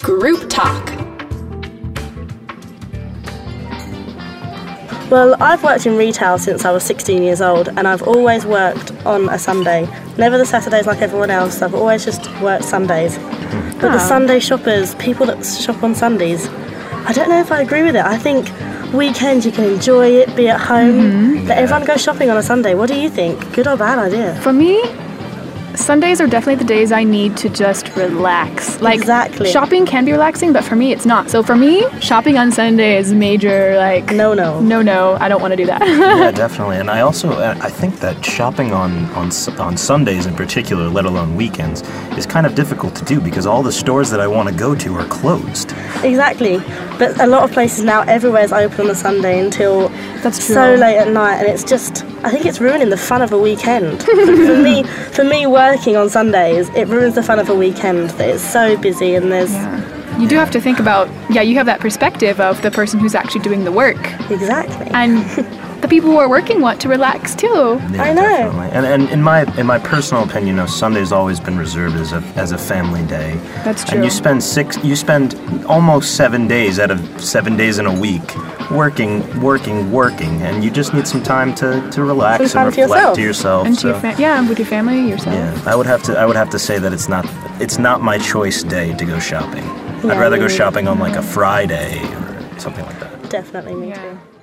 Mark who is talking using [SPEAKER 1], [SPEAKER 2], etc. [SPEAKER 1] Group Talk.
[SPEAKER 2] Well, I've worked in retail since I was 16 years old, and I've always worked on a Sunday. Never the Saturdays like everyone else, I've always just worked Sundays. But the Sunday shoppers, people that shop on Sundays, I don't know if I agree with it. I think weekends you can enjoy it, be at home, let everyone go shopping on a Sunday. What do you think? Good or bad idea?
[SPEAKER 3] For me, Sundays are definitely the days I need to just relax. Like
[SPEAKER 2] Exactly.
[SPEAKER 3] shopping can be relaxing, but for me it's not. So for me, shopping on Sunday is major like
[SPEAKER 2] No, no.
[SPEAKER 3] No no, I don't want to do that.
[SPEAKER 4] yeah, definitely. And I also uh, I think that shopping on on S- on Sundays in particular, let alone weekends, is kind of difficult to do because all the stores that I want to go to are closed.
[SPEAKER 2] Exactly. But a lot of places now, everywhere's open on a Sunday until
[SPEAKER 3] That's true.
[SPEAKER 2] so late at night, and it's just, I think it's ruining the fun of a weekend. for me, for me, working on Sundays, it ruins the fun of a weekend that it's so busy and there's
[SPEAKER 3] you do have to think about yeah, you have that perspective of the person who's actually doing the work.
[SPEAKER 2] exactly.
[SPEAKER 3] And the people who are working want to relax too.
[SPEAKER 4] Yeah,
[SPEAKER 2] I know.
[SPEAKER 4] Definitely. And, and in my in my personal opinion, you know, Sunday's always been reserved as a as a family day.
[SPEAKER 3] That's
[SPEAKER 4] And
[SPEAKER 3] true.
[SPEAKER 4] you spend six you spend almost seven days out of seven days in a week working, working, working, and you just need some time to, to relax
[SPEAKER 2] Some time
[SPEAKER 4] and
[SPEAKER 2] to
[SPEAKER 4] reflect
[SPEAKER 2] yourself.
[SPEAKER 4] to yourself.
[SPEAKER 3] And to your
[SPEAKER 4] so-
[SPEAKER 3] fa- yeah, and with your family, yourself.
[SPEAKER 4] Yeah, I would have to. I would have to say that it's not. It's not my choice day to go shopping.
[SPEAKER 2] Yeah,
[SPEAKER 4] I'd rather
[SPEAKER 2] me neither.
[SPEAKER 4] go shopping on like a Friday or something like that.
[SPEAKER 2] Definitely me
[SPEAKER 3] Yeah.
[SPEAKER 2] too.